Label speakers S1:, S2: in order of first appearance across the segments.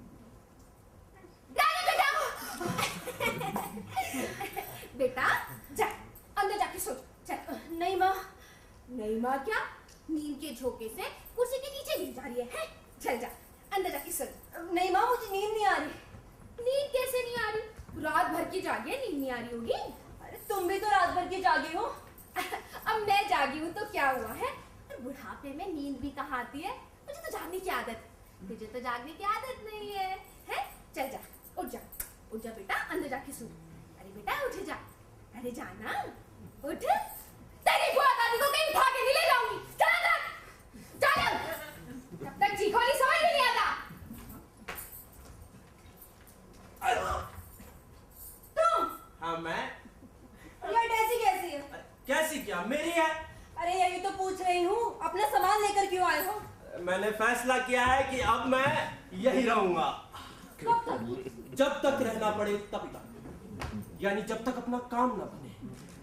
S1: नहीं माँ क्या नीम के झोंके से कुर्सी के नीचे गिर जा रही है, हैं? चल जा अंदर जाके सो जा।
S2: नहीं माँ मुझे नींद नहीं आ रही
S1: नींद कैसे नहीं आ रही रात भर की जागी है नींद नहीं आ रही होगी
S2: अरे तुम भी तो रात भर की जागी हो
S1: अब मैं जागी हूँ तो क्या हुआ है और बुढ़ापे में नींद भी कहाँ आती है मुझे तो जागने की आदत तुझे तो जागने की आदत नहीं है हैं? चल जा उठ जा उठ जा बेटा अंदर जाके सो अरे बेटा उठ जा अरे जाना उठ तेरी बुआ दादी को कहीं उठा के नहीं ले जाऊंगी चला जा चला तब तक चीखो नहीं समझ में नहीं आता
S2: तुम
S3: हाँ मैं
S2: ये ऐसी कैसी है
S3: कैसी क्या मेरी है
S2: अरे यही तो पूछ रही हूँ अपना सामान लेकर क्यों आए हो
S3: मैंने फैसला किया है कि अब मैं यही रहूंगा
S2: कब तक
S3: जब तक रहना पड़े तब तक यानी जब तक अपना काम ना बने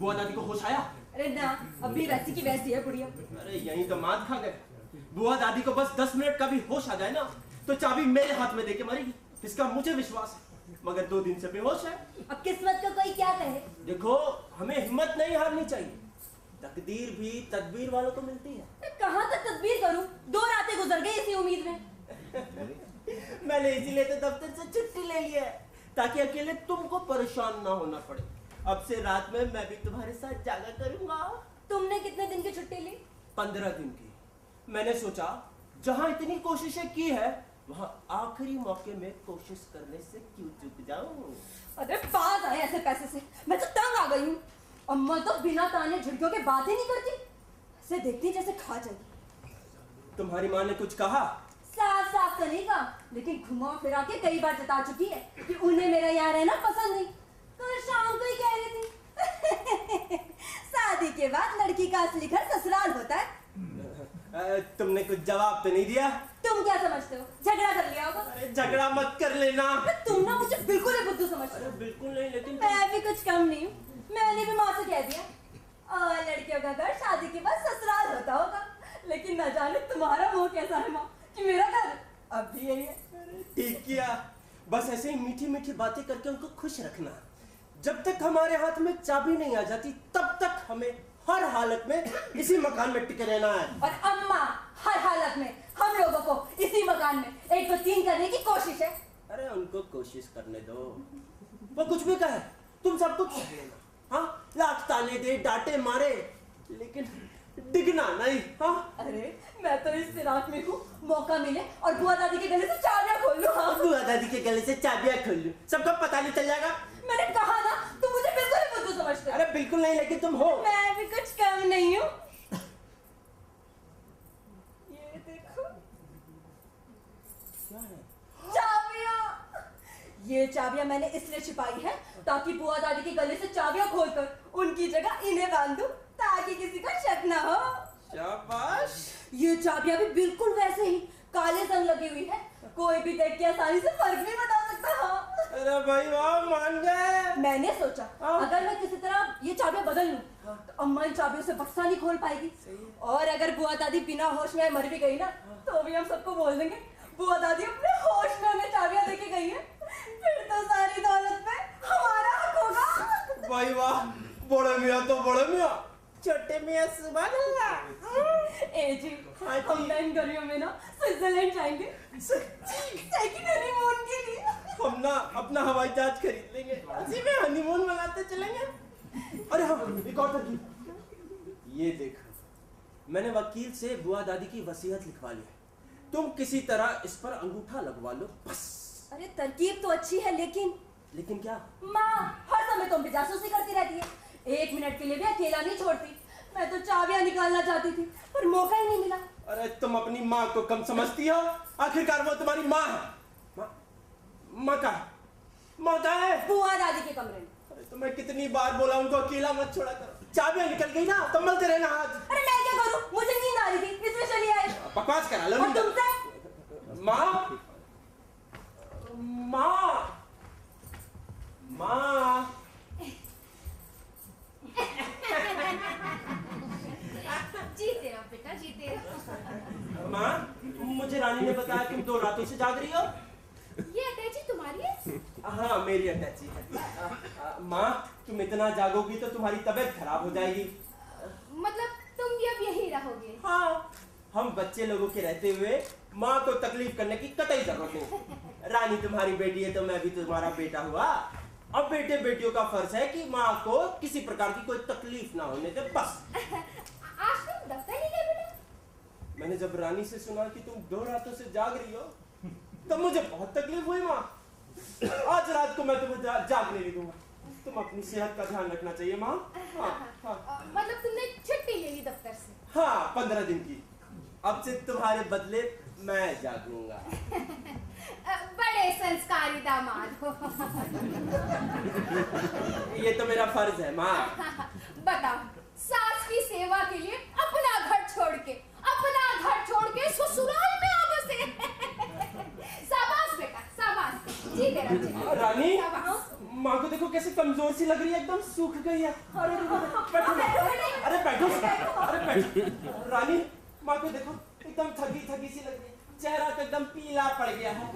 S3: बुआ दादी को होश आया
S2: अरे ना अभी वैसी की वैसी है बुढ़िया
S3: अरे यहीं तो मात खा गए बुआ दादी को बस दस मिनट का भी होश आ जाए ना तो चाबी मेरे हाथ में देके मरेगी इसका मुझे विश्वास है मगर दो दिन से बेहोश है
S2: अब किस्मत का कोई क्या कहे
S3: देखो हमें हिम्मत नहीं हारनी चाहिए तकदीर भी तदबीर वालों को मिलती है
S2: मैं कहाँ तक तदबीर करूँ दो रातें गुजर गई इसी उम्मीद में
S3: मैंने इसीलिए तो दफ्तर से छुट्टी ले ली है ताकि अकेले तुमको परेशान ना होना पड़े अब से रात में मैं भी तुम्हारे साथ जागा करूंगा
S2: तुमने कितने दिन की छुट्टी ली
S3: पंद्रह दिन की मैंने सोचा जहां इतनी कोशिशें की है वहां आखिरी मौके में कोशिश करने से क्यों चुक जाऊं
S2: अरे बात आए ऐसे पैसे से मैं तो तंग आ गई हूँ अम्मा तो बिना ताने झुड़कियों के बात ही नहीं करती ऐसे देखती जैसे खा जाएगी
S3: तुम्हारी माँ ने कुछ कहा
S2: साफ साफ तो नहीं कहा लेकिन घुमा फिरा के कई बार जता चुकी है कि उन्हें मेरा यहाँ रहना पसंद नहीं कल शाम को ही कह रही थी शादी के बाद लड़की का असली घर ससुराल होता है
S3: अ, तुमने कुछ जवाब तो नहीं दिया
S2: तुम क्या समझते हो झगड़ा कर लिया होगा
S3: अरे झगड़ा मत कर लेना
S2: अरे तुम ना मुझे बिल्कुल ही बुद्धू समझते
S3: अरे
S2: हो
S3: बिल्कुल नहीं लेकिन
S2: मैं भी कुछ कम नहीं हूँ मैंने भी माँ से कह दिया और लड़कियों का घर शादी के बाद ससुराल होता होगा लेकिन न जाने तुम्हारा मुंह कैसा है माँ कि मेरा घर अब भी यही है
S3: ठीक किया बस ऐसे ही मीठी मीठी बातें करके उनको खुश रखना जब तक हमारे हाथ में चाबी नहीं आ जाती तब तक हमें हर हालत में इसी मकान में टिके रहना है
S2: और अम्मा हर हालत में हम लोगों को इसी मकान में एक दो तीन करने की कोशिश है
S3: अरे उनको कोशिश करने दो वो कुछ भी कहे तुम सब कुछ सह लेना हाँ लाख ताने दे डांटे मारे लेकिन डिगना नहीं हाँ
S2: अरे मैं तो इस फिराक में हूँ मौका मिले और बुआ दादी के गले से चाबियां खोल लूँ हाँ
S3: बुआ दादी के गले से चाबियां खोल लूं सबको पता नहीं चल जाएगा
S2: मैंने कहा ना तुम मुझे बिल्कुल ही बुद्धू समझते हो
S3: अरे बिल्कुल नहीं लेकिन तुम हो
S2: मैं भी कुछ कम नहीं हूँ ये देखो
S3: क्या है
S2: चाबियाँ ये चाबियाँ मैंने इसलिए छिपाई है ताकि बुआ दादी के गले से चाबियाँ खोलकर उनकी जगह इन्हें बांध दूं ताकि किसी को शक ना हो
S3: शाबाश
S2: ये चाबियाँ भी बिल्कुल वैसे ही काले रंग लगी हुई है कोई भी देख के आसानी से फर्क नहीं बता सकता हाँ।
S3: अरे भाई वाह मान गए
S2: मैंने सोचा
S3: हाँ।
S2: अगर मैं किसी तरह ये चाबियाँ बदल लूं
S3: हाँ।
S2: तो अम्मा इन चाबियों से बक्सा नहीं खोल पाएगी
S3: सही है। हाँ।
S2: और अगर बुआ दादी बिना होश में मर भी गई ना तो भी हम सबको बोल देंगे बुआ दादी अपने होश में हमें चाबियाँ देके गई है फिर तो सारी दौलत पे हमारा हक होगा
S3: भाई वाह बड़े मियाँ तो बड़े मियाँ छोटे मियाँ सुबह
S2: ए जी
S3: हाँ जी।
S2: हम ना इन गर्मियों में ना स्विट्जरलैंड जाएंगे सेकंड हनीमून के लिए
S3: हम ना अपना हवाई जहाज खरीद लेंगे उसी में हनीमून मनाते चलेंगे अरे हाँ एक और तकलीफ ये देखो मैंने वकील से बुआ दादी की वसीयत लिखवा ली है तुम किसी तरह इस पर अंगूठा लगवा लो बस
S2: अरे तरकीब तो अच्छी है लेकिन
S3: लेकिन क्या
S2: माँ हर समय तो तुम पे जासूसी करती रहती है एक मिनट के लिए भी अकेला नहीं छोड़ती मैं तो चाबियां निकालना चाहती थी पर मौका ही नहीं मिला
S3: अरे तुम अपनी माँ को कम समझती हो आखिरकार वो तुम्हारी माँ है माँ माँ का माँ का है
S2: बुआ दादी के कमरे में
S3: अरे तो मैं कितनी बार बोला उनको अकेला मत छोड़ा करो चाबियां निकल गई ना संभलते रहना हाथ
S2: अरे मैं क्या करूं मुझे नींद आ रही थी इसमें चली आई
S3: बकवास करा
S2: और
S3: लो
S2: तुमसे
S3: माँ माँ माँ
S1: जीते रहो बेटा जीते रहो
S3: माँ मुझे रानी ने बताया तुम दो रातों से जाग रही हो
S1: ये अटैची तुम्हारी है
S3: हाँ मेरी अटैची है आ, आ, माँ तुम इतना जागोगी तो तुम्हारी तबीयत खराब हो जाएगी
S1: मतलब तुम भी अब
S2: यहीं रहोगे
S3: हाँ हम बच्चे लोगों के रहते हुए माँ को तकलीफ करने की कतई जरूरत नहीं रानी तुम्हारी बेटी है तो मैं भी तुम्हारा बेटा हुआ अब बेटे बेटियों का फर्ज है कि माँ को किसी प्रकार की कोई तकलीफ ना होने दे बस
S2: आज तुम दफ्तर नहीं गए बेटा
S3: मैंने जब रानी से सुना कि तुम दो रातों से जाग रही हो तब मुझे बहुत तकलीफ हुई माँ आज रात को मैं तुम्हें जा, जागने नहीं दूंगा तुम अपनी सेहत का ध्यान रखना चाहिए माँ हाँ
S2: अ,
S3: हाँ
S2: मतलब तुमने छुट्टी ले ली दफ्तर से
S3: हाँ पंद्रह दिन की अब से तुम्हारे बदले मैं जागूंगा
S2: अ, बड़े संस्कारी दामाद हो
S3: ये तो मेरा फर्ज है माँ
S2: बताओ सास की सेवा के लिए अपना घर छोड़ के अपना घर छोड़ के ससुराल में आ बसे शाबाश बेटा शाबाश जी तेरा जी तेरा।
S3: हाँ, रानी
S2: शाबाश
S3: माँ को देखो कैसे कमजोर सी लग रही है एकदम सूख गई है अरे बैठो ना। अरे बैठो अरे बैठो रानी माँ को देखो एकदम थकी थकी सी लग रही है चेहरा तो एकदम पीला पड़ गया है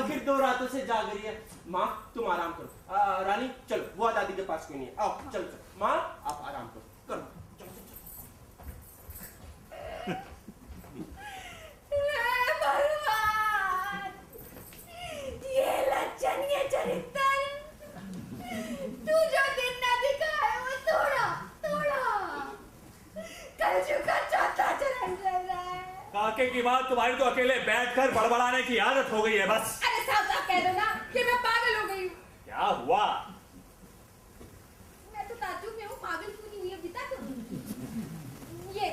S3: आखिर दो रातों से जाग रही है माँ तुम आराम करो आ, रानी चलो बुआ दादी के पास कोई नहीं है आओ चलो चलो माँ आप आराम करो करो
S2: हे भगवान! ये लज्जनीय चरित्र! तू जो दिन न दिखाए, वो थोड़ा, थोड़ा। कलजू का चौथा चरण चल रहा है।
S4: काके की बात तुम्हारी तो अकेले बैठकर बड़बड़ाने की आदत हो गई है बस
S2: अरे साफ साफ कह दो ना कि मैं पागल हो गई हूँ।
S4: क्या हुआ
S2: मैं तो ताज्जुब में हूँ, पागल क्यों नहीं हुई अभी तक? ये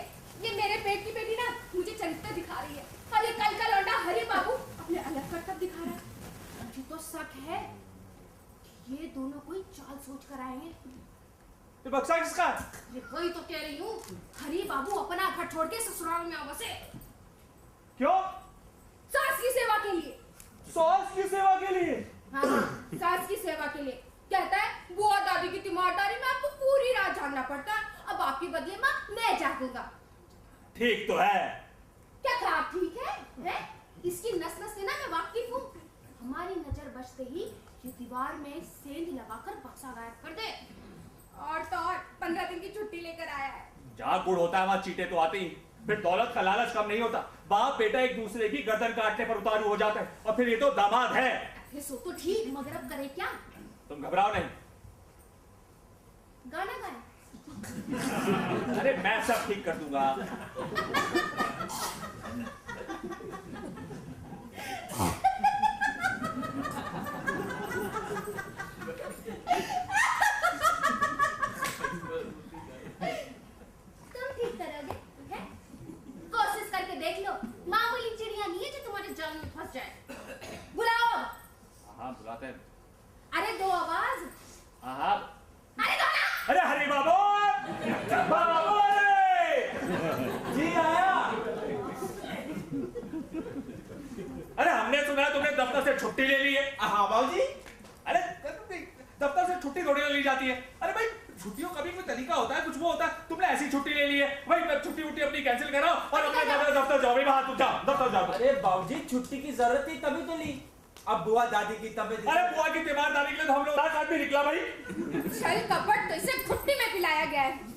S2: ये मेरे पेट की बेटी ना मुझे चरित्र दिखा रही है और ये कल का लौटा हरी बाबू अपने अलग करतब दिखा रहा है मुझे तो शक है कि ये दोनों कोई चाल सोच कर आए हैं
S4: ये बक्सा किसका
S2: ये वही तो कह रही हूँ हरी बाबू अपना घर छोड़ के ससुराल में आ बसे
S4: क्यों
S2: सास की सेवा के लिए
S4: सॉस की सेवा के लिए
S2: हाँ सास की सेवा के लिए कहता है बुआ दादी की तीमारदारी में आपको पूरी रात जागना पड़ता है अब आपके बदले में मैं जागूंगा
S4: ठीक तो है
S2: क्या कहा आप ठीक है, है? इसकी नस्ल से ना मैं वाकिफ हूँ हमारी नजर बचते ही ये दीवार में सेंध लगाकर बक्सा गायब कर दे और तो और पंद्रह दिन की छुट्टी लेकर आया है
S4: जहाँ गुड़ होता है वहाँ चीटे तो आते ही फिर दौलत का लालच कम नहीं होता बाप बेटा एक दूसरे की गर्दन काटने पर उतारू हो जाता है और फिर ये तो दामाद है
S2: अरे सो तो ठीक मगर अब करे क्या
S4: तुम घबराओ नहीं
S2: गाना गाए
S4: अरे मैं सब ठीक कर दूंगा
S2: तुम ठीक करोगे है? कोशिश करके देख लो मामूली चिड़िया नहीं है जो तुम्हारे जाल में फंस जाए बुलाओ अब।
S4: हाँ बुलाते हैं
S2: अरे दो आवाज
S4: हाँ हाँ
S2: अरे दो ना
S4: अरे हरी बाबू बाबू अरे!
S3: जी आया
S4: अरे हमने सुना है तुमने दफ्तर से छुट्टी ले ली है
S3: हाँ बाबू जी
S4: अरे दफ्तर से छुट्टी थोड़ी ना ली जाती है अरे भाई छुट्टियों का भी कोई तरीका होता है कुछ वो होता है तुमने ऐसी छुट्टी ले ली है भाई मैं छुट्टी वुट्टी अपनी कैंसिल कराओ और अपने दफ्तर दफ्तर जाओ भाई वहां तुम जाओ दफ्तर जाओ
S3: अरे बाबूजी छुट्टी की जरूरत थी तभी तो ली अब बुआ दादी की तबीयत
S4: अरे बुआ की तीमारदारी के लिए तो हम लोग साथ साथ भी निकला भाई
S2: छल कपट तो इसे घुट्टी में पिलाया गया है तो
S4: तो।